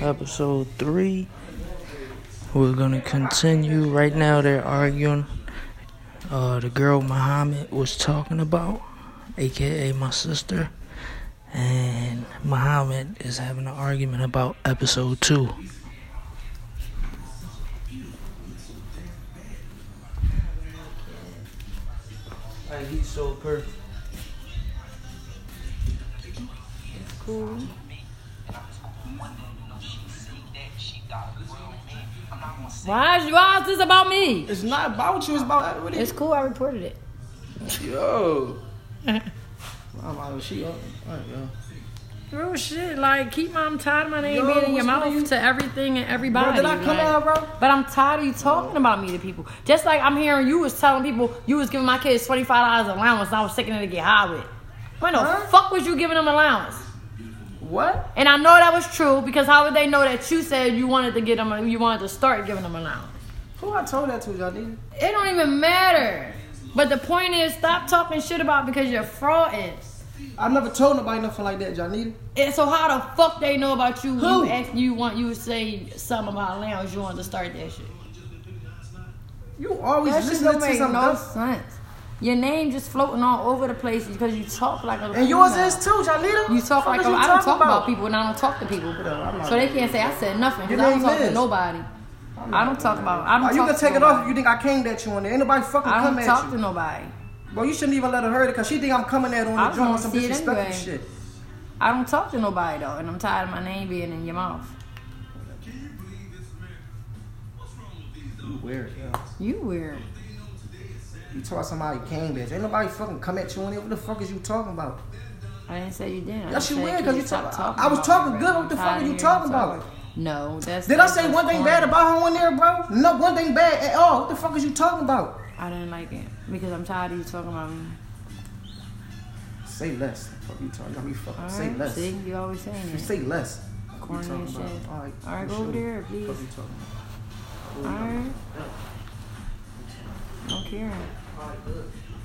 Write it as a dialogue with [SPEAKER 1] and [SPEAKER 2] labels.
[SPEAKER 1] episode three. We're gonna continue. Right now, they're arguing. Uh, the girl Muhammad was talking about, aka my sister, and Muhammad is having an argument about episode two. Like he's so perfect.
[SPEAKER 2] cool. Why is, why is this about me?
[SPEAKER 3] It's not about you. It's about everybody.
[SPEAKER 2] It's cool. I reported it.
[SPEAKER 3] yo. I'm out of shit. All right, yo.
[SPEAKER 2] Real Oh, shit. Like, keep my, I'm tired of my name
[SPEAKER 3] Yo,
[SPEAKER 2] being in your
[SPEAKER 3] what's wrong
[SPEAKER 2] mouth
[SPEAKER 3] with you?
[SPEAKER 2] to everything and everybody.
[SPEAKER 3] Bro, did I come
[SPEAKER 2] like-
[SPEAKER 3] out, bro?
[SPEAKER 2] But I'm tired of you talking about me to people. Just like I'm hearing you was telling people you was giving my kids twenty five dollars allowance. And I was taking it to get high with. When the
[SPEAKER 3] Huh?
[SPEAKER 2] fuck was you giving them allowance?
[SPEAKER 3] What?
[SPEAKER 2] And I know that was true because how would they know that you said you wanted to get them? You wanted to start giving them allowance.
[SPEAKER 3] Who I told that to, y'all nigga?
[SPEAKER 2] It don't even matter. But the point is, stop talking shit about because you're fraud is.
[SPEAKER 3] I never told nobody nothing like that, y'all nigga.
[SPEAKER 2] And so how the fuck they know about you?
[SPEAKER 3] Who?
[SPEAKER 2] You ask you want you say something about lounge. You want to start that shit.
[SPEAKER 3] You always
[SPEAKER 2] That shit
[SPEAKER 3] listening
[SPEAKER 2] don't
[SPEAKER 3] to
[SPEAKER 2] make
[SPEAKER 3] something
[SPEAKER 2] no
[SPEAKER 3] else.
[SPEAKER 2] sense. Your name just floating all over the place because you talk like a.
[SPEAKER 3] And yours
[SPEAKER 2] female.
[SPEAKER 3] is too, y'all nigga.
[SPEAKER 2] You talk
[SPEAKER 3] What
[SPEAKER 2] like
[SPEAKER 3] is
[SPEAKER 2] a,
[SPEAKER 3] you
[SPEAKER 2] I don't
[SPEAKER 3] talking
[SPEAKER 2] talk about? people and I don't talk to people,
[SPEAKER 3] No, I'm not
[SPEAKER 2] so they can't say I said nothing
[SPEAKER 3] Your
[SPEAKER 2] because I don't
[SPEAKER 3] name
[SPEAKER 2] talk to
[SPEAKER 3] is.
[SPEAKER 2] nobody. I don't talk about. I don't.
[SPEAKER 3] Oh, you
[SPEAKER 2] talk
[SPEAKER 3] can
[SPEAKER 2] to
[SPEAKER 3] take it
[SPEAKER 2] nobody.
[SPEAKER 3] off if you think I came at you on there. Ain't nobody fucking
[SPEAKER 2] I
[SPEAKER 3] come
[SPEAKER 2] don't
[SPEAKER 3] at
[SPEAKER 2] talk
[SPEAKER 3] you.
[SPEAKER 2] to nobody.
[SPEAKER 3] Bro, you shouldn't even let her hurt it because she think I'm coming at her
[SPEAKER 2] I
[SPEAKER 3] on the
[SPEAKER 2] was
[SPEAKER 3] drum
[SPEAKER 2] gonna
[SPEAKER 3] with some
[SPEAKER 2] see it
[SPEAKER 3] disrespectful
[SPEAKER 2] anyway.
[SPEAKER 3] shit.
[SPEAKER 2] I don't talk to nobody though, and I'm tired of my name being in your mouth.
[SPEAKER 3] You weird, yeah.
[SPEAKER 2] You weird.
[SPEAKER 3] You talk about somebody came at you. Ain't nobody fucking come at you on there. What the fuck is you talking about?
[SPEAKER 2] I didn't say you did. I
[SPEAKER 3] Yes,
[SPEAKER 2] just
[SPEAKER 3] you
[SPEAKER 2] said,
[SPEAKER 3] weird
[SPEAKER 2] can
[SPEAKER 3] because you
[SPEAKER 2] stop
[SPEAKER 3] talking. I was
[SPEAKER 2] about
[SPEAKER 3] talking
[SPEAKER 2] me,
[SPEAKER 3] good.
[SPEAKER 2] bro?
[SPEAKER 3] What the
[SPEAKER 2] I'm tired
[SPEAKER 3] fuck are
[SPEAKER 2] of
[SPEAKER 3] you
[SPEAKER 2] hearing
[SPEAKER 3] talking
[SPEAKER 2] talk-
[SPEAKER 3] about?
[SPEAKER 2] No, that's.
[SPEAKER 3] Did I
[SPEAKER 2] that's
[SPEAKER 3] say
[SPEAKER 2] just
[SPEAKER 3] one thing
[SPEAKER 2] corny.
[SPEAKER 3] bad about her on there, bro? No, one thing bad at all. What the fuck is you talking about?
[SPEAKER 2] I didn't like it because I'm tired of you talking about me.
[SPEAKER 3] Say less. Fuck you talking. Got me fucking.
[SPEAKER 2] All
[SPEAKER 3] say
[SPEAKER 2] right,
[SPEAKER 3] less.
[SPEAKER 2] see, you always saying
[SPEAKER 3] You
[SPEAKER 2] it.
[SPEAKER 3] say less.
[SPEAKER 2] Corny
[SPEAKER 3] You talking
[SPEAKER 2] and shit.
[SPEAKER 3] about-
[SPEAKER 2] All
[SPEAKER 3] all right,
[SPEAKER 2] right, go
[SPEAKER 3] sure.
[SPEAKER 2] over there, please.
[SPEAKER 3] Fuck you talking
[SPEAKER 2] All right. Don't care.
[SPEAKER 3] about?